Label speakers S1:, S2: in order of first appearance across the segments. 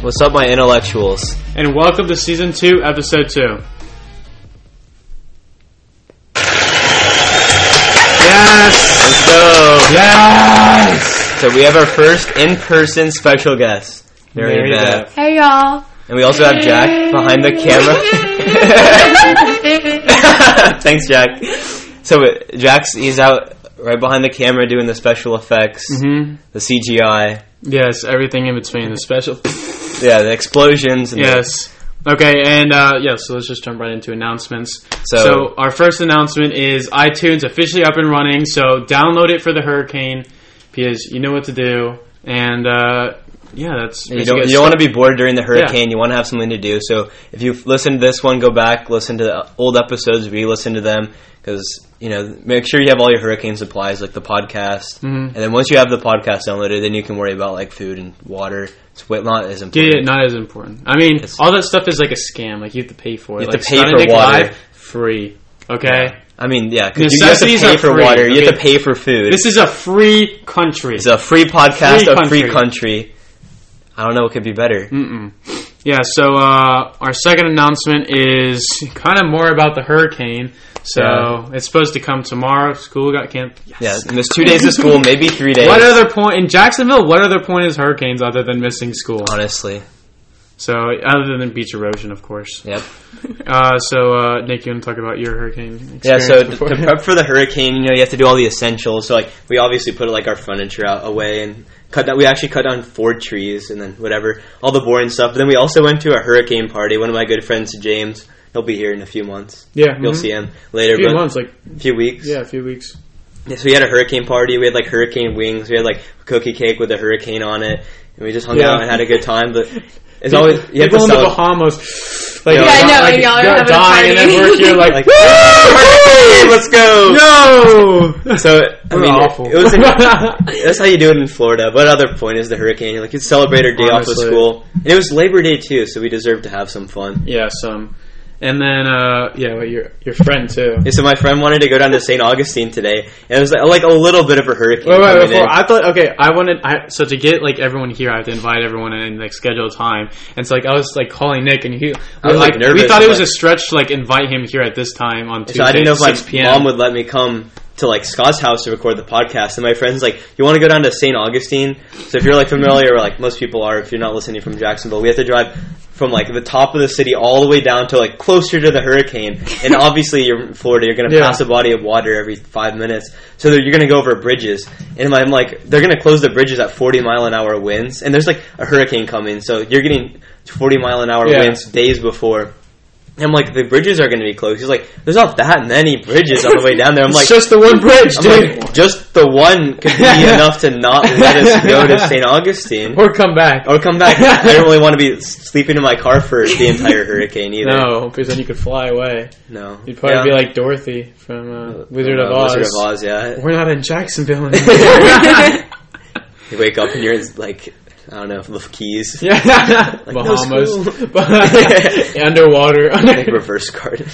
S1: What's up, my intellectuals?
S2: And welcome to season two, episode two. Yes!
S1: Let's go.
S2: Yes!
S1: So we have our first in-person special guest, Mary,
S2: Mary
S1: Beth.
S2: Beth.
S3: Hey y'all.
S1: and we also have Jack behind the camera. Thanks, Jack. So uh, Jack's he's out right behind the camera doing the special effects,
S2: hmm
S1: the CGI,
S2: Yes, everything in between, the special.
S1: yeah, the explosions. And the-
S2: Yes. Okay, and uh, yeah, so let's just jump right into announcements.
S1: So-
S2: so, our first announcement is iTunes officially up and running, so download it for the hurricane because you know what to do. And uh, yeah, that's
S1: you don't, you don't want to be bored during the hurricane. You want to have something to do. So if you've listened to this one, go back, listen to the old episodes, re-listen to them because you know make sure you have all your hurricane supplies like the podcast.
S2: Mm-hmm.
S1: And then once you have the podcast downloaded, then you can worry about like food and water. It's what not as important.
S2: Yeah, not as important. I mean,
S1: It's-
S2: all that stuff is like a scam. Like you have to pay for it.
S1: You have
S2: like,
S1: to pay for
S2: Sonic
S1: water.
S2: Live, free. Okay,
S1: I mean, yeah, because you have to
S2: Necessities
S1: pay
S2: are
S1: for
S2: free,
S1: water, you have
S2: okay?
S1: to pay for food.
S2: this is a free country.
S1: it's a free podcast,
S2: Free
S1: a free
S2: country.
S1: country. I don't know what could be better.
S2: Mm-mm. Yeah. So uh, our second announcement is kind of more about the hurricane. So
S1: Yeah.
S2: it's supposed to come tomorrow. School got canceled. Yes.
S1: Yeah, miss two days of school, maybe three days.
S2: What other point in Jacksonville? What other point is hurricanes other than missing school?
S1: Honestly,
S2: So other than beach erosion, of course.
S1: yep.
S2: Uh, so uh, Nick, you want to talk about your hurricane? Experience
S1: Yeah, so to,
S2: before?
S1: to prep for the hurricane, you know, you have to do all the essentials. So, like, we obviously put like our furniture out away and cut that. We actually cut down four trees and then whatever, all the boring stuff. But then we also went to a hurricane party. One of my good friends, James, he'll be here in a few months.
S2: yeah,
S1: You'll
S2: mhm.
S1: see him later.
S2: A few
S1: but
S2: months, like
S1: A few weeks.
S2: yeah, a few weeks.
S1: Yeah, So we had a hurricane party. We had like hurricane wings. We had like cookie cake with a hurricane on it, and we just hung
S2: Yeah.
S1: out and had a good time. But it's always you have to
S2: people in the
S1: celebrate.
S2: Bahamas.
S1: Yeah,
S2: y'all
S1: I
S2: got,
S3: know, and y'all are
S2: got
S3: having a
S2: dying, and then
S3: party.
S2: we're here like,
S1: Like, hurricane, let's go.
S2: no.
S1: So I
S2: We're
S1: mean,
S2: awful.
S1: it was. that's how you do it in Florida. But other point is the hurricane. Like you celebrate our day off of
S2: Honestly.
S1: school, and it was Labor Day too, so we deserve to have some fun.
S2: yeah, some, and then uh, yeah, well, your your friend too.
S1: And so my friend wanted to go down to St. Augustine today, and it was like, like a little bit of a hurricane.
S2: Wait, wait,
S1: coming in.
S2: before I thought okay, I wanted I so to get like everyone here, I have to invite everyone in and like schedule a time. And so like I was like calling Nick, and he
S1: I was, like, nervous,
S2: we thought it was
S1: like-
S2: a stretch to like invite him here at this time on Tuesday,
S1: So I didn't know
S2: at
S1: if
S2: six
S1: my
S2: p.m.
S1: mom would let me come to like Scott's house to record the podcast. And my friend's like, "You want to go down to St. Augustine?" So if you're like familiar, or like most people are, if you're not listening from Jacksonville, we have to drive from like the top of the city all the way down to like closer to the hurricane. And obviously, you're in Florida, you're gonna
S2: Yeah.
S1: pass a body of water every five minutes, so that you're gonna go over bridges. And I'm like, they're gonna close the bridges at 40 mile an hour winds, and there's like a hurricane coming, so you're getting 40 mile an hour
S2: Yeah.
S1: winds days before. And I'm like, the bridges are going to be closed. He's like, there's not that many bridges on the way down there. I'm
S2: It's
S1: like,
S2: just the one bridge,
S1: I'm
S2: dude,
S1: like, just the one could be enough to not let us go to St. Augustine
S2: or come back.
S1: or come back. I don't really want to be s- sleeping in my car for the entire hurricane either.
S2: No, because then you could fly away.
S1: No, no.
S2: You'd probably
S1: Yeah.
S2: be like Dorothy from uh, Wizard,
S1: Uh,
S2: of Oz.
S1: Wizard of Oz. Yeah,
S2: We're not in Jacksonville anymore.
S1: you wake up and you're in, like, I don't know, the keys.
S2: yeah,
S1: Like, no
S2: Bahamas,
S1: school.
S2: Bah- underwater.
S1: Like reverse card.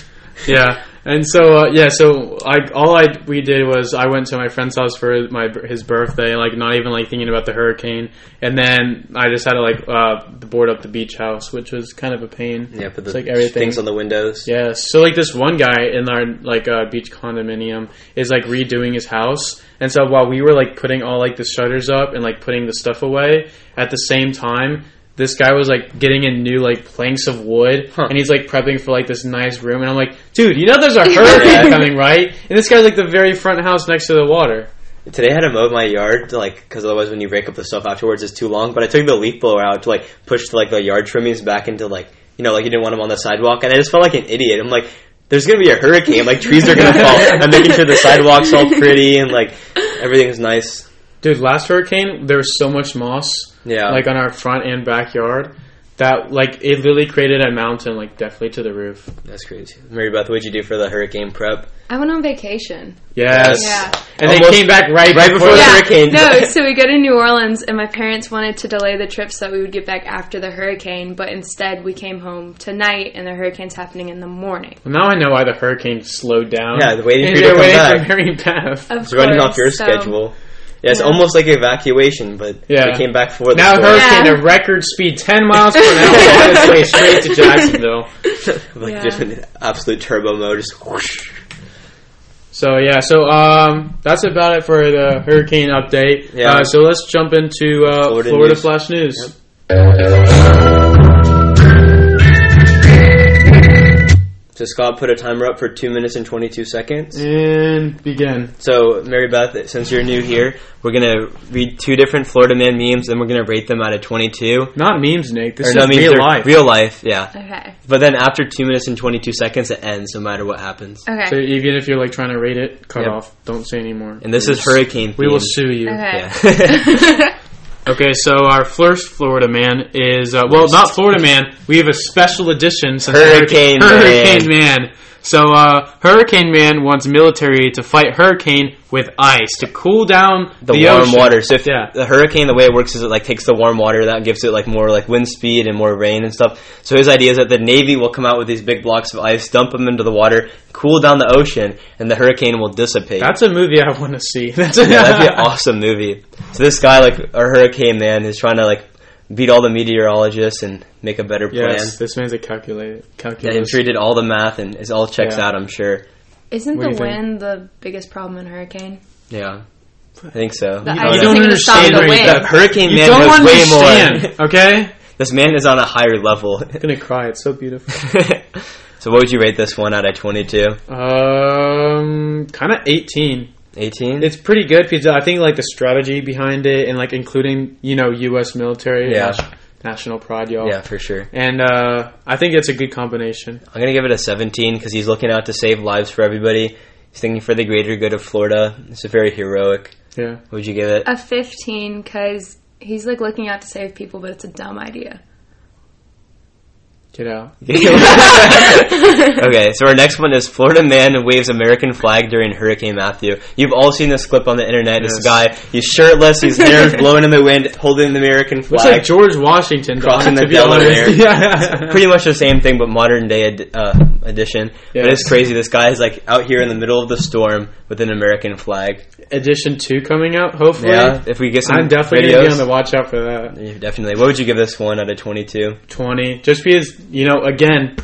S2: yeah, and so uh, yeah, so I all I we did was I went to my friend's house for my his birthday, like not even like thinking about the hurricane, and then I just had to like uh, board up the beach house, which was kind of a pain.
S1: Yeah, put the
S2: It's like everything.
S1: things on the windows.
S2: Yeah, so like this one guy in our like uh, beach condominium is like redoing his house, and so while we were like putting all like the shutters up and like putting the stuff away, at the same time, this guy was like getting in new like planks of wood,
S1: Huh.
S2: and he's like prepping for like this nice room, and I'm like, dude, you know there's a hurricane coming, right? And this guy's like the very front house next to the water.
S1: Today I had to mow my yard, to, like, because otherwise when you rake up the stuff afterwards, it's too long. But I took the leaf blower out to like push like the yard trimmings back into like you know like you didn't want them on the sidewalk, and I just felt like an idiot. I'm like, there's gonna be a hurricane, like trees are gonna fall. I'm making sure the sidewalks all pretty and like everything's nice.
S2: Dude, last hurricane there was so much moss.
S1: Yeah,
S2: like on our front and backyard that like it literally created a mountain like definitely to the roof
S1: that's crazy. Mary Beth, what'd you do for the hurricane prep?
S3: I went on vacation.
S2: yes
S3: Yeah.
S2: and
S1: Almost-
S2: they came back right,
S1: right before
S2: before,
S1: the
S3: yeah.
S1: hurricane.
S3: No, so we go to New Orleans, and my parents wanted to delay the trip so that we would get back after the hurricane, but instead we came home tonight, and the hurricane's happening in the morning.
S2: Well, now I know why the hurricane slowed down
S1: Yeah, they're waiting
S2: And
S1: for you to
S2: they're
S1: come
S2: waiting
S1: back.
S2: for Mary Beth
S3: Of
S1: It's running
S3: course,
S1: off your
S3: so-
S1: schedule. Yeah, it's
S3: Yeah.
S1: almost like evacuation, but
S2: Yeah.
S1: we came back for the
S2: Now
S1: storm.
S2: hurricane
S3: Yeah.
S2: at record speed, ten miles per hour, on its way straight to Jacksonville.
S1: like
S3: Yeah.
S1: just an absolute turbo mode, just whoosh.
S2: So yeah, so um, that's about it for the hurricane update.
S1: Yeah.
S2: Uh, so let's jump into uh, Florida,
S1: Florida news.
S2: Flash News.
S1: So Scott put a timer up for two minutes and twenty two seconds.
S2: And begin.
S1: So Mary Beth, since you're new here, we're gonna read two different Florida man memes, and we're gonna rate them out of twenty two.
S2: Not memes, Nick. This
S1: Or
S2: is
S1: no, memes,
S2: real
S1: they're-
S2: life.
S1: Real life, yeah.
S3: Okay.
S1: But then after two minutes and twenty two seconds, it ends, no matter what happens.
S3: Okay.
S2: So even if you're like trying to rate it, cut
S1: Yep.
S2: off. Don't say anymore.
S1: And this is hurricane.
S2: hurricane. We will
S1: themed.
S2: sue you.
S3: Okay.
S1: Yeah.
S2: Okay, so our first Florida man is uh, well, not Florida man. We have a special edition since
S1: Hurricane Man.
S2: Hurricane Man. So uh, Hurricane Man wants military to fight hurricane with ice to cool down
S1: the,
S2: the,
S1: warm
S2: ocean.
S1: water. So if
S2: Yeah.
S1: the hurricane, the way it works is it like takes the warm water that gives it like more like wind speed and more rain and stuff. So his idea is that the navy will come out with these big blocks of ice, dump them into the water, cool down the ocean, and the hurricane will dissipate.
S2: That's a movie I want to see. That's
S1: yeah, that'd be an awesome movie. So this guy, like our hurricane man, is trying to like beat all the meteorologists and make a better plan.
S2: Yes, this man's a calculated
S1: Yeah, I'm
S2: calculus.
S1: sure he did all the math and it all checks
S2: Yeah.
S1: out. I'm sure.
S3: Isn't
S2: What do
S3: the
S2: you think?
S3: wind the biggest problem in hurricane?
S1: Yeah, I think so.
S3: The
S1: Oh,
S3: ice
S1: yeah.
S2: don't
S3: is gonna stop
S2: understand
S3: the
S2: where
S3: wind.
S2: he's
S1: The hurricane
S2: you
S1: man
S2: don't
S1: knows way more.
S2: understand, okay?
S1: This man is on a higher level.
S2: I'm gonna cry. It's so beautiful.
S1: so what would you rate this one out of 22?
S2: Um, kind of eighteen.
S1: 18?
S2: It's pretty good because I think like the strategy behind it and like including you know U.S. military,
S1: Yeah.
S2: nas- national pride, y'all.
S1: yeah, for sure.
S2: And uh, I think it's a good combination.
S1: I'm going to give it a 17 because he's looking out to save lives for everybody. He's thinking for the greater good of Florida. It's a very heroic.
S2: Yeah,
S1: What would you give it?
S3: A 15 because he's like looking out to save people, but it's a dumb idea.
S2: get out.
S1: okay, so our next one is Florida man waves American flag during Hurricane Matthew. You've all seen this clip on the internet. This
S2: Yes.
S1: guy, he's shirtless, his hair is blowing in the wind, holding the American flag.
S2: It's like George Washington
S1: Crossing
S2: to
S1: the
S2: be honest.
S1: Delaware.
S2: Yeah,
S1: pretty much the same thing, but modern day ed- uh, edition. But
S2: Yes.
S1: it's crazy. This guy is like out here in the middle of the storm with an American flag.
S2: Edition two coming out. Hopefully,
S1: Yeah, if we get some,
S2: I'm definitely
S1: videos,
S2: gonna be on the watch out for that.
S1: Yeah, definitely. What would you give this one out of twenty-two?
S2: Twenty, just because you know again,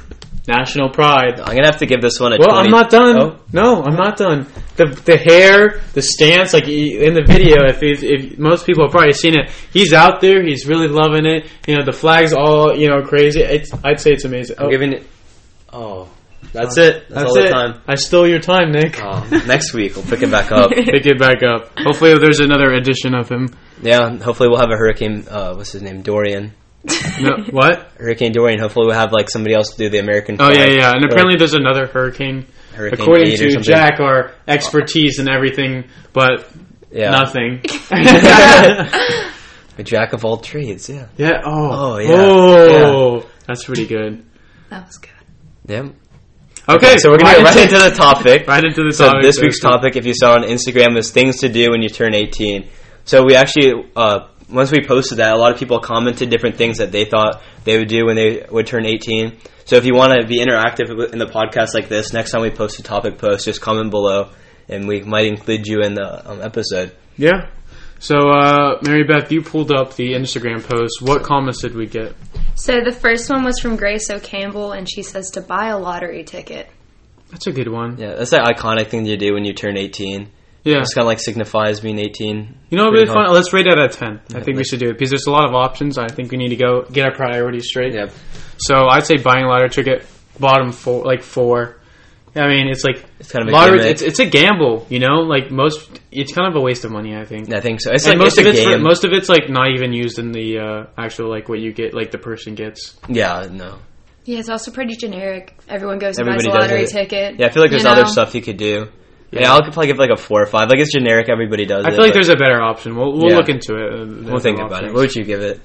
S2: national pride.
S1: I'm gonna have to give this one a.
S2: Well,
S1: 20.
S2: I'm not done.
S1: Oh,
S2: No, I'm not done. The the hair, the stance, like he- in the video, if, if if most people have probably seen it, he's out there. He's really loving it. You know, the flags all you know crazy. It's, I'd say it's amazing.
S1: I'm
S2: Oh,
S1: giving it. Oh, that's it. That's, all
S2: it.
S1: the time.
S2: I stole your time, Nick.
S1: Oh, next week we'll pick it back up.
S2: Pick it back up. Hopefully, there's another edition of him.
S1: Yeah, hopefully we'll have a hurricane. Uh, what's his name? Dorian.
S2: No, what?
S1: Hurricane Dorian. Hopefully we'll have like somebody else do the American.
S2: Oh
S1: flag.
S2: yeah, yeah. And
S1: Or, like,
S2: apparently, there's another hurricane.
S1: Hurricane
S2: According
S1: Aid or
S2: to
S1: something.
S2: Jack, our expertise and everything, but
S1: yeah,
S2: nothing.
S1: a jack of all trades. Yeah,
S2: yeah. Oh.
S1: Oh, yeah.
S2: Oh. That's pretty good.
S3: That was good.
S1: yeah.
S2: Okay,
S1: so we're gonna get
S2: right
S1: right into the topic.
S2: right into the
S1: So
S2: topic.
S1: this week's
S2: section.
S1: topic, if you saw on Instagram, was things to do when you turn 18. So we actually, uh, once we posted that, a lot of people commented different things that they thought they would do when they would turn 18. So if you want to be interactive with- in the podcast like this, next time we post a topic post, just comment below, and we might include you in the um, episode.
S2: Yeah. So uh, Mary Beth, you pulled up the Instagram post. What comments did we get?
S3: So the first one was from Grace O'Campbell, and she says to buy a lottery ticket.
S2: That's a good one. Yeah.
S1: Yeah, that's that iconic thing to do when you turn 18. It's kind of like signifies being 18.
S2: You know what would
S1: pretty
S2: be fun?
S1: hard.
S2: Let's rate it out of 10. I think we
S1: let's-
S2: should do it because there's a lot of options. I think we need to go get our priorities straight.
S1: Yep.
S2: So I'd say buying a lottery ticket, bottom four, like four. I mean, it's like
S1: It's kind of a
S2: lottery.
S1: gimmick.
S2: It's, it's a gamble, you know. Like most, it's kind of a waste of money. I think.
S1: I think so. It's
S2: And
S1: like
S2: most
S1: most
S2: of
S1: a
S2: it's for-
S1: game.
S2: most of it's like not even used in the uh, actual like what you get, like the person gets.
S1: yeah, no.
S3: Yeah, it's also pretty generic. Everyone goes and buys
S1: Everybody
S3: a
S1: does
S3: lottery
S1: it.
S3: ticket.
S1: Yeah, I feel like there's
S3: you
S1: other
S3: know?
S1: stuff you could do. Yeah,
S2: Yeah.
S1: I'll probably give like a four or five. Like it's generic, everybody does.
S2: I
S1: it,
S2: feel like
S1: but
S2: there's a better option. We'll we'll
S1: Yeah.
S2: look into it. uh,
S1: We'll think
S2: other
S1: about it.
S2: options.
S1: What would you give it?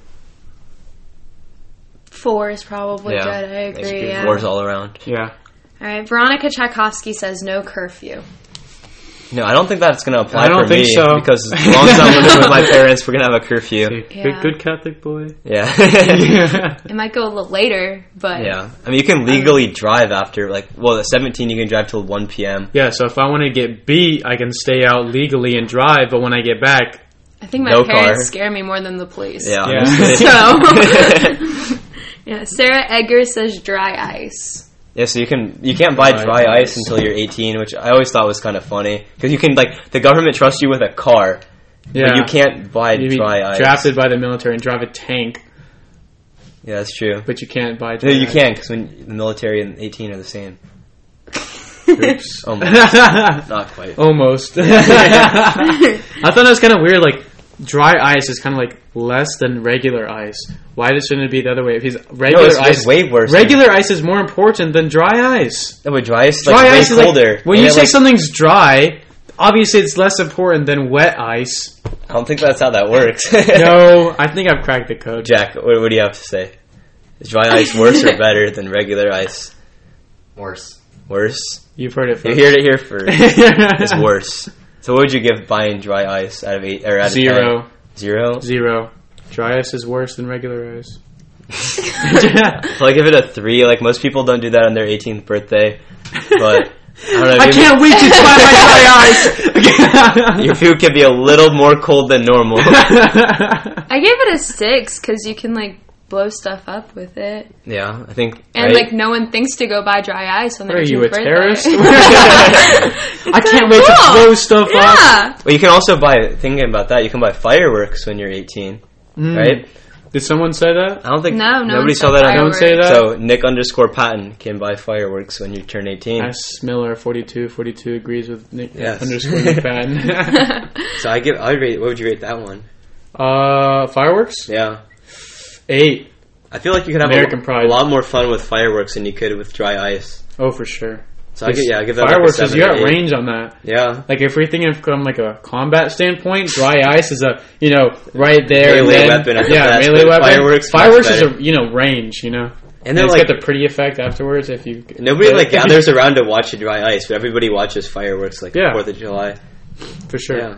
S3: Four is probably good. I
S1: It's
S3: agree.
S1: good.
S3: Yeah.
S1: Fours all around.
S2: Yeah,
S3: All right, Veronica Tchaikovsky says no curfew.
S1: No, I don't think that's gonna apply.
S2: I don't
S1: for
S2: think
S1: me
S2: so.
S1: Because as long as I'm living with my parents, we're gonna have a curfew.
S2: Good-
S3: Yeah.
S2: Good, Catholic boy.
S1: Yeah.
S3: It might go a little later, but
S1: yeah. I mean, you can legally drive after like well, at 17, you can drive till 1 p.m.
S2: yeah. So if I want to get beat, I can stay out legally and drive. But when I get back,
S3: I think my
S1: No
S3: parents
S1: car.
S3: scare me more than the police.
S1: Yeah.
S2: Yeah.
S1: honestly.
S3: So, yeah, Sarah Egger says dry ice.
S1: Yeah, so you can you can't buy
S2: Dry
S1: dry
S2: ice.
S1: ice until you're 18, which I always thought was kind of funny because you can like the government trusts you with a car,
S2: Yeah.
S1: but you can't buy
S2: You'd be
S1: dry ice.
S2: drafted by the military and drive a tank,
S1: Yeah, that's true.
S2: but you can't buy dry
S1: No, you
S2: ice.
S1: can because when the military and 18 are the same.
S2: Oops.
S1: Oh my, not quite.
S2: Almost. I thought that was kind of weird. Like dry ice is kind of like less than regular ice. Why does shouldn't it be the other way? Because
S1: No,
S2: regular
S1: it's, it's
S2: ice,
S1: way worse.
S2: regular ice is more important than dry ice.
S1: than, no, but dry ice is,
S2: Dry
S1: like, way
S2: ice is
S1: colder.
S2: like when
S1: And
S2: you
S1: it,
S2: say
S1: like,
S2: something's dry. Obviously, it's less important than wet ice.
S1: I don't think that's how that works.
S2: No, I think I've cracked the code.
S1: Jack, what, what do you have to say? Is dry ice worse or better than regular ice?
S4: Worse.
S1: Worse.
S2: You've heard it
S1: You
S2: first.
S1: heard it here first.
S2: it's
S1: It's worse. So what would you give buying dry ice out of eight or out of
S2: Zero.
S1: ten? Zero.
S2: Zero. Dry ice is worse than regular ice.
S1: So I give it a three. Like most people don't do that on their 18th birthday, but I don't know.
S2: I
S1: maybe
S2: can't wait to try my dry eyes.
S1: Your food can be a little more cold than normal.
S3: I gave it a six because you can like blow stuff up with it,
S1: yeah, I think.
S3: and
S1: right?
S3: like no one thinks to go buy dry ice on their
S2: Are you
S3: 18th
S2: a terrorist?
S3: birthday.
S2: I can't wait to
S3: Cool.
S2: blow stuff up.
S3: yeah,
S1: well, you can also buy. Thinking about that, you can buy fireworks when you're 18,
S2: Mm.
S1: right?
S2: Did someone say that?
S1: I don't think
S3: no, no.
S1: nobody
S3: one
S1: saw
S3: said
S1: that.
S2: Don't
S1: On,
S3: fireworks.
S2: say that.
S1: so Nick underscore Patton can buy fireworks when you turn 18.
S2: S. Miller, 42, 42 agrees with Nick
S1: Yes.
S2: underscore Nick Patton.
S1: So I give. I would rate. What would you rate that one?
S2: uh, fireworks?
S1: Yeah.
S2: Eight.
S1: I feel like you could have
S2: American
S1: a,
S2: pride.
S1: a lot more fun with fireworks than you could with dry ice.
S2: Oh, for sure.
S1: So I give, yeah, I give that
S2: fireworks
S1: like a
S2: is you
S1: seven or
S2: got
S1: eight.
S2: range on that.
S1: Yeah,
S2: Like if we're thinking from like a combat standpoint, dry ice is a you know right there and
S1: Melee
S2: then-
S1: weapon at the
S2: yeah,
S1: best,
S2: melee
S1: but
S2: weapon.
S1: fireworks much
S2: fireworks is
S1: better.
S2: a you know range. You know,
S1: and
S2: and
S1: then
S2: it's
S1: like
S2: got the pretty effect afterwards if you.
S1: nobody like gathers around to watch the dry ice, but everybody watches fireworks like
S2: Yeah.
S1: Fourth of July.
S2: for sure.
S1: Yeah,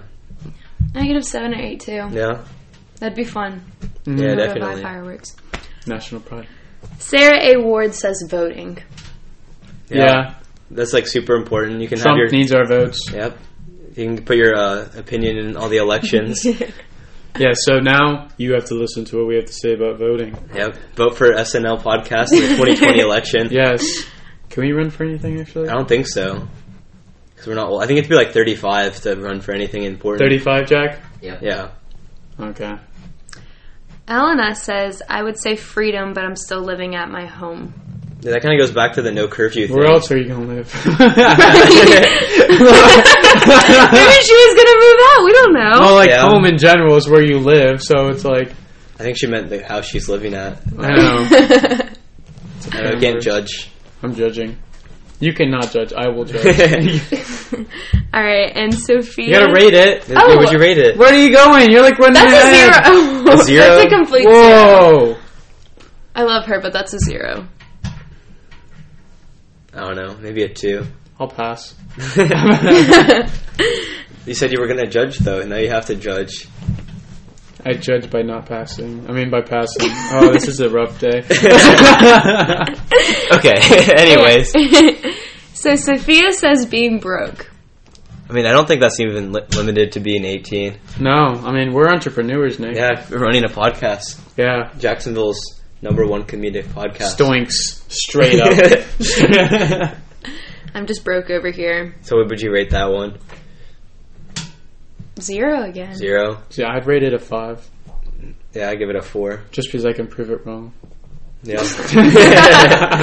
S3: I could have seven or eight too.
S1: yeah,
S3: That'd be fun.
S2: Mhm.
S1: yeah,
S3: Go buy
S1: definitely.
S3: fireworks.
S2: National pride.
S3: Sarah A. Ward says voting.
S1: Yeah.
S2: Yeah,
S1: That's like super important. You can have
S2: Trump
S1: your
S2: needs our votes.
S1: yep. You can put your uh, opinion in all the elections.
S2: Yeah, so now you have to listen to what we have to say about voting.
S1: yep. Vote for SNL podcast in the 2020 election.
S2: Yes. Can we run for anything actually?
S1: I don't think so. Because we're not. Well, I think it'd be like 35 to run for anything important.
S2: Thirty-five, Jack.
S4: Yeah.
S1: Yeah.
S2: Okay.
S3: Elena says, I would say freedom, but I'm still living at my home.
S1: Yeah, That kind of goes back to the no curfew thing.
S2: Where else are you gonna live?
S3: Maybe she was gonna move out. We don't know.
S2: well, like
S1: Yeah.
S2: home in general is where you live, so it's like
S1: I think she meant the house she's living at.
S2: I don't know.
S1: I don't know, can't judge.
S2: I'm judging. You cannot judge. I will judge.
S1: you
S3: All right, and Sophia.
S2: you gotta rate it.
S3: Oh.
S1: would you rate it?
S2: Where are you going? You're like running
S3: That's a
S2: ahead.
S3: zero.
S1: A zero?
S3: That's a complete zero.
S2: Whoa.
S3: I love her, but that's a zero.
S1: I don't know. Maybe a two.
S2: I'll pass.
S1: you said you were gonna judge though, and now you have to judge.
S2: I judge by not passing. I mean by passing. Oh, this is a rough day.
S1: Okay. Anyways,
S3: so Sophia says being broke.
S1: I mean, I don't think that's even li- limited to being 18.
S2: No, I mean we're entrepreneurs, Nick.
S1: Yeah, we're running a podcast,
S2: Yeah.
S1: Jacksonville's number one comedic podcast.
S2: Stoinks straight up.
S3: I'm just broke over here.
S1: so, what would you rate that one?
S3: Zero again.
S1: Zero.
S2: See, I'd rate it a five
S1: Yeah, I give it a four.
S2: just because I can prove it wrong.
S1: Yeah.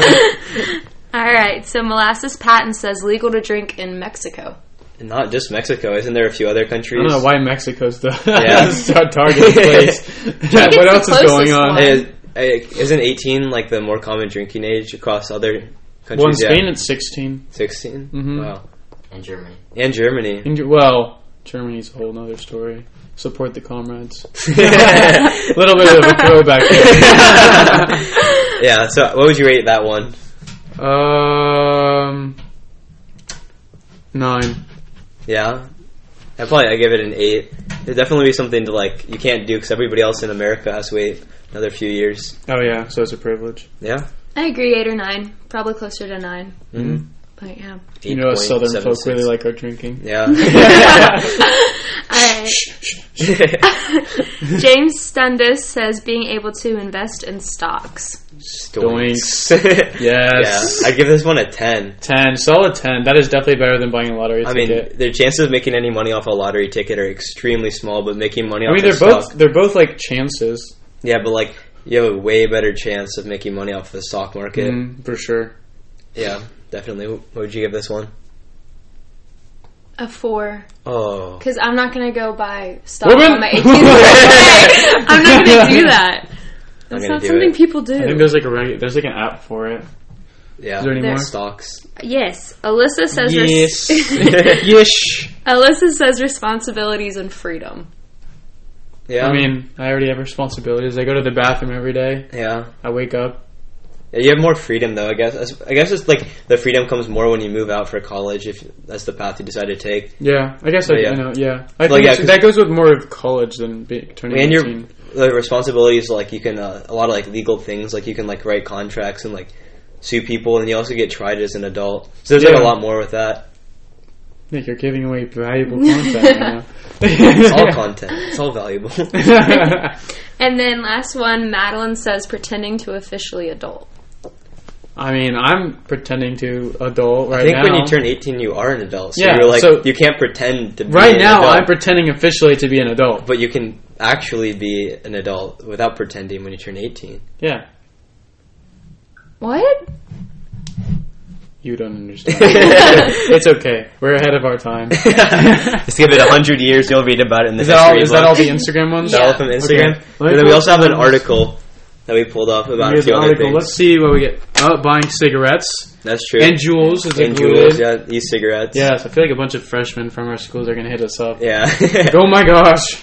S3: All right, so Molasses Patton says legal to drink in Mexico.
S1: And Not just Mexico. Isn't there a few other
S2: I
S1: countries?
S2: don't know why Mexico's the
S1: Yeah.
S2: our target place. Yeah,
S3: it's
S2: what
S3: the
S2: else is
S3: closest
S2: going on?
S3: one.
S1: Is, isn't 18 like the more common drinking age across other countries?
S2: Well, in Spain
S1: yeah.
S2: it's 16.
S1: 16?
S2: Mhm.
S1: Wow.
S4: And Germany.
S1: And Germany.
S2: In, Ge- well, Germany's a whole other story. Support the comrades.
S1: yeah,
S2: A little bit of a throwback there.
S1: so what would you rate that one?
S2: Um, nine.
S1: Yeah. I'd probably i give it an 8. It'd definitely be something to like, you can't do because everybody else in America has to wait another few years.
S2: Oh, yeah, so it's a privilege.
S1: Yeah.
S3: I agree, eight or nine, probably closer to nine.
S1: Mhm.
S3: But yeah.
S2: You know, us southern folk
S1: 8.76.
S2: really like our drinking.
S1: Yeah.
S3: All right, right. James Stundis says being able to invest in stocks.
S1: Stoinks.
S2: Yes.
S1: Yeah, I'd give this one a 10.
S2: Ten, solid ten. That is definitely better than buying a lottery
S1: I mean,
S2: ticket.
S1: their chances of making any money off a lottery ticket are extremely small, but making money
S2: I
S1: off
S2: mean,
S1: a
S2: they're
S1: stock,
S2: both they're both like chances
S1: yeah, but like you have a way better chance of making money off the stock market.
S2: mm, for sure.
S1: Yeah, definitely. What would you give this one?
S3: A four.
S1: Oh,
S3: Because I'm not going to go buy stocks
S2: Woman!
S3: on my 18th birthday. I'm not going to do that.
S1: I'm
S3: That's
S1: gonna
S3: not
S1: do
S3: something
S1: it.
S3: people
S2: I think
S3: do.
S2: there's like a reg- there's like an app for it.
S1: yeah.
S2: Is there any
S3: There's-
S2: more?
S1: Stocks.
S3: Yes. Alyssa says
S2: Yes.
S3: res-
S2: Yish.
S3: Alyssa says responsibilities and freedom.
S1: Yeah,
S2: I mean, I already have responsibilities. I go to the bathroom every day.
S1: yeah.
S2: I wake up.
S1: Yeah, You have more freedom though. I guess. I guess it's like the freedom comes more when you move out for college if that's the path you decide to take.
S2: Yeah, I guess I,
S1: But yeah.
S2: I know. Yeah, I
S1: Like,
S2: think
S1: yeah,
S2: it's-
S1: 'cause-
S2: that goes with more of college than be, turning
S1: And your-
S2: 18.
S1: the responsibilities like you can uh, a lot of like legal things like you can like write contracts and like sue people and you also get tried as an adult so there's like
S2: Yeah.
S1: a lot more with that
S2: Nick, you're giving away valuable content.
S1: it's all
S2: right now.
S1: content it's all valuable
S3: And then last one, Madeline says pretending to officially adult.
S2: I mean, I'm pretending to adult right
S1: i think
S2: now.
S1: when you turn 18 you are an adult so
S2: Yeah,
S1: you're like
S2: so-
S1: you can't pretend to be
S2: right
S1: an
S2: now,
S1: adult,
S2: I'm pretending officially to be an adult.
S1: but you can actually be an adult without pretending when you turn 18
S2: Yeah,
S3: What?
S2: you don't understand. it's okay. We're ahead of our time. Is
S1: just give it 100 years you'll read about it in the
S2: that all?
S1: history
S2: Is that all
S1: books.
S2: the Instagram
S1: Is
S2: ones?
S1: that all from instagram
S2: Okay.
S1: and then we also have an article that we pulled up about a
S2: Here's
S1: few
S2: an
S1: other
S2: article.
S1: things
S2: Let's see what we get. Oh, buying cigarettes
S1: that's true
S2: and jewels is
S1: and
S2: included.
S1: jewels, yeah, e-cigarettes.
S2: Yes, I feel like a bunch of freshmen from our schools are gonna hit us up.
S1: Yeah.
S2: Oh my gosh,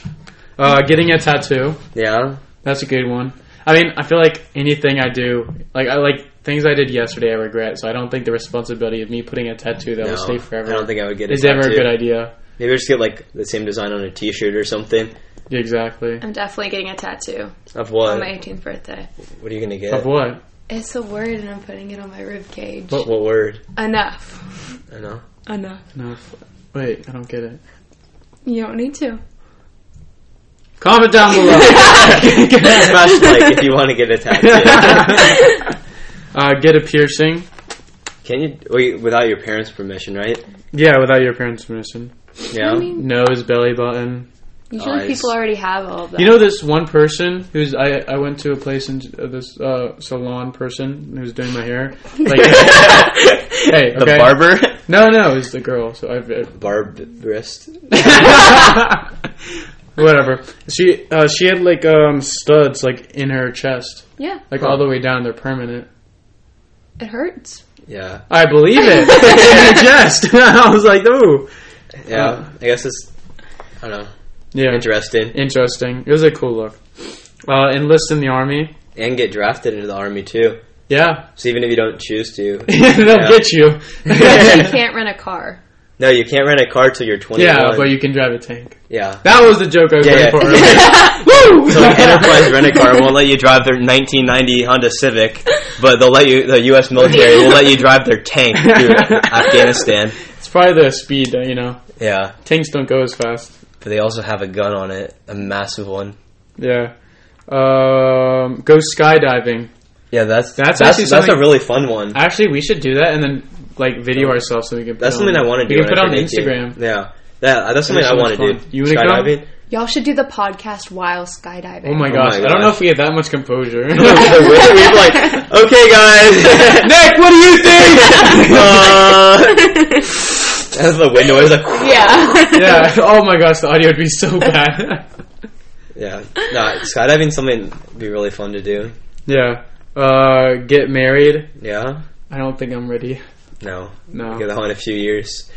S2: uh, getting a tattoo.
S1: yeah.
S2: That's a good one. I mean, I feel like anything I do, like I like things I did yesterday, I regret. So I don't think the responsibility of me putting a tattoo that
S1: No,
S2: will stay
S1: I don't
S2: forever
S1: think I would get a
S2: is ever a
S1: tattoo.
S2: good idea.
S1: Maybe just get like the same design on a T-shirt or something.
S2: Exactly.
S3: I'm definitely getting a tattoo
S1: Of what?
S3: on my 18th birthday.
S1: What are you gonna get?
S2: Of what?
S3: It's a word, and I'm putting it on my rib cage.
S1: What, what word?
S3: Enough.
S1: I know.
S3: Enough.
S2: No. f- Wait, I don't get it.
S3: You don't need to.
S2: Comment down below.
S1: Smash like if you want to get a tattoo.
S2: uh, get a piercing.
S1: Can you wait without your parents' permission, right?
S2: Yeah, without your parents' permission.
S1: Yeah.
S3: I mean,
S2: Nose, belly button.
S3: usually
S1: Eyes.
S3: people already have all of that.
S2: You know this one person who's I I went to a place in uh, this uh, salon person who's doing my hair. Like, hey,
S1: The
S2: okay.
S1: barber.
S2: No, no, it's the girl. So I've uh,
S1: Barbarist.
S2: whatever. She uh, she had like um studs like in her chest,
S3: yeah,
S2: like all the way down. They're permanent.
S3: it hurts.
S1: Yeah.
S2: I believe it in her chest. I was like, ooh,
S1: Yeah.
S2: Uh.
S1: I guess it's. I don't know.
S2: yeah,
S1: Interesting.
S2: interesting. It was a cool look. Uh, enlist in the army.
S1: And get drafted into the army too.
S2: Yeah,
S1: So even if you don't choose to,
S2: they'll get you.
S3: But you can't rent a car.
S1: no, you can't rent a car till you're 21.
S2: yeah, but you can drive a tank.
S1: yeah.
S2: That was the joke I was
S1: Yeah, yeah.
S2: going for. Woo!
S1: So like, Enterprise Rent-A-Car won't let you drive their 1990 Honda Civic, but they'll let you. The U.S. military will let you drive their tank through Afghanistan.
S2: it's probably the speed, uh, you know.
S1: Yeah,
S2: Tanks don't go as fast.
S1: but they also have a gun on it, a massive one.
S2: Yeah. Um, go skydiving.
S1: Yeah, that's
S2: That's
S1: that's
S2: actually
S1: that's, that's a
S2: something-
S1: really fun one.
S2: Actually, we should do that and then like video ourselves so we can. Put
S1: That's
S2: it
S1: something
S2: on.
S1: I want to do.
S2: We
S1: when
S2: can put
S1: I
S2: it on
S1: turn 18.
S2: Instagram.
S1: Yeah, that, that's something I
S2: That'd be so much
S1: want to
S2: fun.
S1: do.
S2: You wanna come?
S1: Skydiving?
S3: Y'all should do the podcast while skydiving.
S2: Oh my
S1: Oh
S2: gosh!
S1: my
S2: I don't know
S1: gosh.
S2: if we get that much composure.
S1: We're like, okay, guys.
S2: Nick, what do you think?
S1: uh, that's the window is like,
S3: yeah.
S2: yeah. Oh my gosh, the audio would be so bad.
S1: yeah. Nah, skydiving something would be really fun to do.
S2: yeah. Uh, get married.
S1: Yeah.
S2: I don't think I'm ready.
S1: No,
S2: No.
S1: get that one in a few years.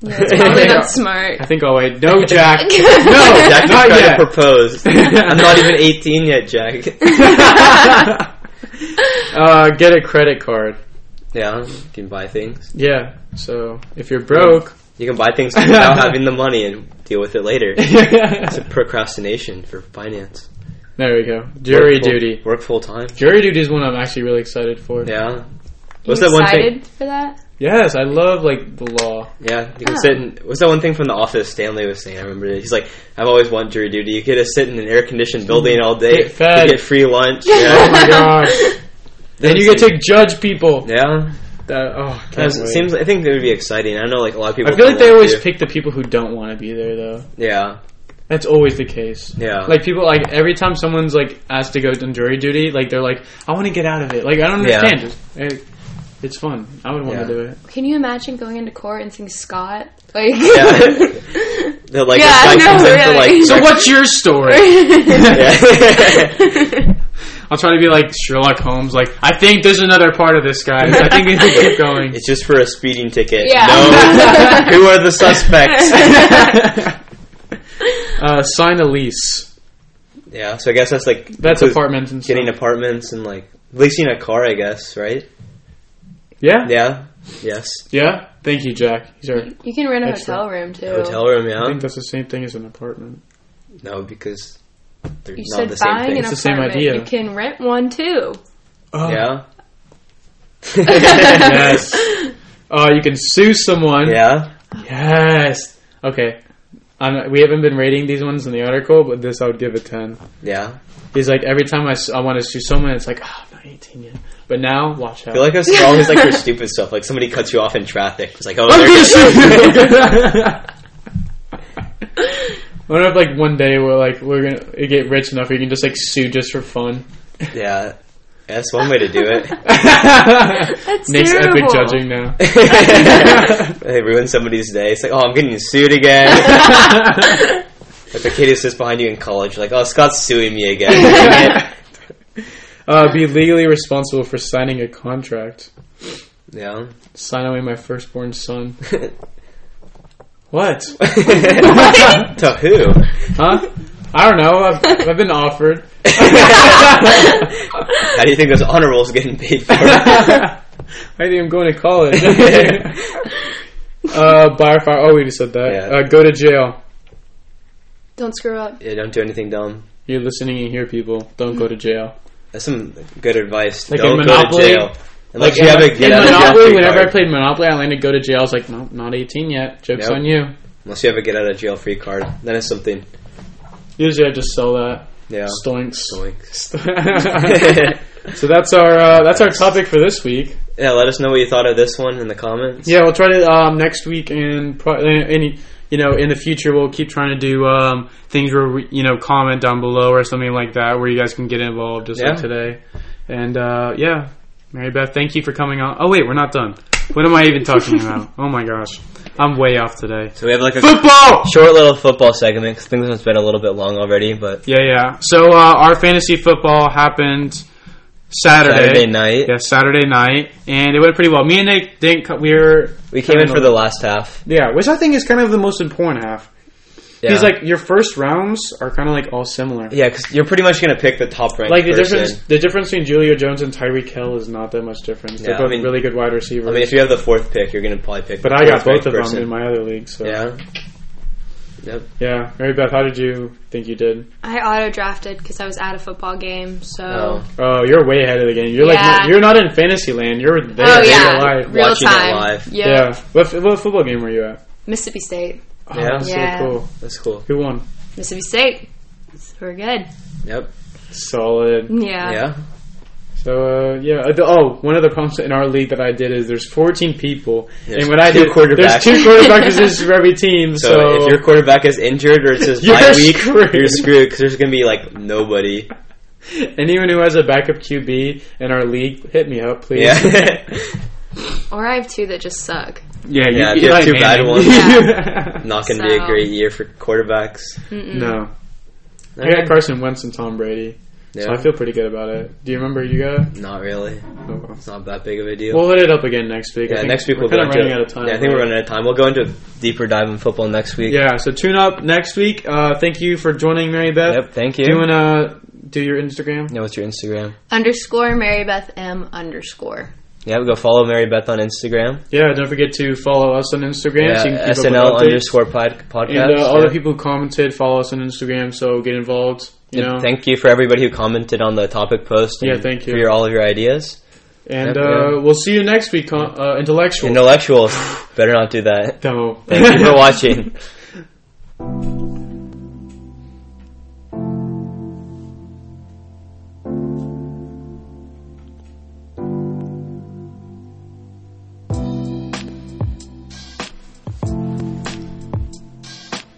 S3: yeah, it's probably not smart.
S2: I think I'll wait. No, Oh, Jack.
S1: Jack
S2: No,
S1: just
S2: not
S1: tried
S2: yet.
S1: to propose. I'm not even 18 yet, Jack.
S2: Uh, get a credit card.
S1: Yeah, you can buy things.
S2: Yeah. So if you're broke,
S1: You can buy things without having the money and deal with it later. It's a
S2: there
S1: procrastination for finance.
S2: we go. Jury
S1: Work full-
S2: duty.
S1: Work full time.
S2: Jury duty is one I'm actually really excited for.
S1: Yeah.
S3: You
S1: What's that one
S3: excited
S1: thing?
S3: for that?
S2: Yes, I love like the law.
S1: Yeah, you can
S3: Oh.
S1: sit in. What's that one thing from The Office Stanley was saying? I remember it. He's like, I've always wanted jury duty. You get to sit in an air conditioned building all day,
S2: Get fed.
S1: You get free lunch. Yeah.
S2: Oh my gosh. Then you get to judge people.
S1: Yeah,
S2: That, oh, can't
S1: That's- it
S2: wait.
S1: seems. I think that would be exciting. I know, like a lot of people.
S2: I feel like
S1: don't
S2: they
S1: want
S2: always
S1: to.
S2: pick the people who don't want to be there, though.
S1: Yeah,
S2: That's always the case.
S1: yeah.
S2: Like people, like every time someone's like asked to go on jury duty, like they're like, "I want to get out of it." Like I don't
S1: Yeah.
S2: understand. Just, eh, it's fun. I would want
S1: Yeah.
S2: to do it.
S3: Can you imagine going into court and seeing Scott? Like,
S1: Yeah. They're like,
S3: Yeah,
S1: this guy
S3: I know,
S1: comes in for
S3: really.
S1: like.
S2: So what's your story?
S1: Yeah.
S2: I'll try to be like Sherlock Holmes. Like I think there's another part of this guy. I think we should keep going.
S1: it's just for a speeding ticket.
S3: Yeah.
S1: No, who are the suspects?
S2: Uh, sign a lease.
S1: yeah, so I guess that's like
S2: That's
S1: includes
S2: apartments and
S1: getting
S2: stuff.
S1: apartments and like leasing a car. I guess right.
S2: yeah,
S1: Yeah. Yes.
S2: yeah. Thank you, Jack. He's our.
S3: you can rent a
S2: Extra.
S3: hotel room too.
S1: Hotel room.
S2: I
S1: Yeah.
S2: think that's the same thing as an apartment.
S1: No, because they're
S3: You
S1: not
S3: said
S1: the same
S3: buying
S1: thing.
S3: an
S2: It's the same
S3: apartment.
S2: idea.
S3: You can rent one too.
S2: Oh,
S1: Yeah.
S2: Yes. Oh, you can sue someone.
S1: Yeah.
S2: Yes. Okay. I'm, we haven't been rating these ones in the article, but this I would give a 10.
S1: Yeah.
S2: He's like, every time I, s- I want to sue someone, it's like, oh, I'm not 18 yet. But now, watch
S1: I
S2: out.
S1: feel like that's for all this like for stupid stuff. Like somebody cuts you off in traffic. It's like, oh,
S2: I'm
S1: there
S2: gonna
S1: goes-
S2: sue you. I wonder if, like, one day we're like, we're gonna we get rich enough where you can just, like, sue just for fun.
S1: yeah. That's one way to do it.
S2: That's Nick's epic
S3: terrible.
S2: judging now.
S1: they ruin somebody's day. It's like, oh, I'm getting sued again. like the kid who sits behind you in college, like, oh, Scott's suing me again.
S2: uh, be legally responsible for signing a contract.
S1: yeah.
S2: Sign away my firstborn son. What?
S1: to who?
S2: Huh? I don't know. I've, I've been offered.
S1: How do you think those honor rolls getting paid for?
S2: I think I'm going to college. uh, bar fire. Oh, we just said that.
S1: Yeah.
S2: Uh, go to jail.
S3: Don't screw up.
S1: yeah, don't do anything dumb.
S2: You're listening and hear people. Don't go to jail.
S1: That's some good advice.
S2: Like
S1: Don't
S2: in
S1: go to
S2: Monopoly?
S1: jail. Unless
S2: Like,
S1: you
S2: in-
S1: have a
S2: in
S1: get out of jail
S2: Monopoly,
S1: free
S2: whenever I
S1: card.
S2: played Monopoly, I landed go to jail. I was like, nope, not 18 yet. Joke's
S1: Nope.
S2: on you.
S1: Unless you have a get out of jail free card, then it's something.
S2: Usually I just sell that.
S1: Yeah.
S2: Stoinks.
S1: Zoinks.
S2: so that's our uh, that's our topic for this week.
S1: yeah, let us know what you thought of this one in the comments.
S2: Yeah, we'll try to um, next week and pro- uh, any you know in the future we'll keep trying to do um, things where we, you know comment down below or something like that where you guys can get involved just like
S1: Yeah.
S2: today. And uh, yeah, Mary Beth, thank you for coming on. Oh wait, we're not done. What am I even talking about? Oh my gosh, I'm way off today.
S1: So we have like a
S2: Football.
S1: short little football segment 'cause I think this one's been a little bit long already, but
S2: Yeah, yeah. So uh, our fantasy football happened Saturday.
S1: Saturday night.
S2: Yeah, Saturday night, and it went pretty well. Me and Nick didn't. co- We were
S1: We came in for the last half.
S2: yeah, which I think is kind of the most important half.
S1: Yeah.
S2: Because like your first rounds are kind of like all similar.
S1: Yeah, because you're pretty much gonna pick the top ranked
S2: Like the
S1: person.
S2: difference, the difference between Julio Jones and Tyreek Hill is not that much difference. They're
S1: Yeah,
S2: both
S1: I mean-
S2: really good wide receivers.
S1: I mean, if you have the fourth pick, you're gonna probably pick.
S2: but
S1: the
S2: I got
S1: fourth
S2: both of
S1: ranked
S2: them in
S1: person.
S2: my other league. So
S1: Yeah. Yep.
S2: yeah. Mary Beth, how did you think you did?
S3: I auto drafted because I was at a football game. So
S1: Oh.
S2: Oh, you're way ahead of the game. You're like
S3: Yeah.
S2: not- you're not in fantasy land. You're there.
S3: Oh,
S2: in
S3: yeah,
S2: real life.
S3: real
S1: watching it
S3: time.
S1: live.
S3: Yeah.
S2: Yeah. What, f- what football game were you at?
S3: Mississippi State,
S2: Oh,
S1: Yeah.
S2: that's
S3: Yeah.
S2: so cool.
S1: That's cool.
S2: Who won?
S3: Mississippi State. So we're good.
S1: Yep.
S2: Solid.
S3: Yeah.
S1: Yeah.
S2: So uh, yeah. uh, the- Oh, one of the problems in our league that I did is there's 14 people,
S1: There's
S2: and when I
S1: two
S2: did,
S1: quarterbacks.
S2: there's two quarterback positions for every team. So,
S1: So, if your quarterback is injured or it's his
S2: You're
S1: bye week,
S2: screwed.
S1: you're screwed because there's gonna be like nobody.
S2: anyone who has a backup QB in our league, hit me up, please.
S1: Yeah.
S3: Or I have two that just suck.
S2: yeah,
S1: Yeah, if you have two bad ones. Not gonna be a
S3: So-
S1: great year for quarterbacks.
S2: no, I got Carson Wentz and Tom Brady, so I
S1: Yeah.
S2: feel pretty good about it. Do you remember you got?
S1: Not really.
S2: Oh, well.
S1: It's not that big of a deal.
S2: We'll hit it up again next week. I
S1: yeah,
S2: think
S1: next week
S2: we're
S1: we'll
S2: kind
S1: go
S2: of
S1: into.
S2: running out of time.
S1: Yeah, I think we're running out of time. We'll go into a deeper dive in football next week.
S2: Yeah, so tune up next week. Uh, thank you for joining, Mary Beth.
S1: Yep. Thank you.
S2: Do you wanna do your Instagram?
S1: yeah. What's your Instagram?
S3: Underscore Mary Beth M underscore.
S1: Yeah. Go follow Mary Beth on Instagram.
S2: Yeah, don't forget to follow us on Instagram. so you
S1: Yeah,
S2: can keep up
S1: SNL
S2: with updates.
S1: underscore pod, podcast.
S2: And uh, all
S1: yeah.
S2: the people who commented, follow us on Instagram. So get involved. You
S1: And
S2: know,
S1: Thank you for everybody who commented on the topic post.
S2: Yeah,
S1: and
S2: thank you.
S1: for your, all of your ideas.
S2: And
S1: Yep,
S2: uh,
S1: yeah.
S2: we'll see you next week, con- uh, intellectual.
S1: Intellectuals, better not do that.
S2: No.
S1: Thank you for watching.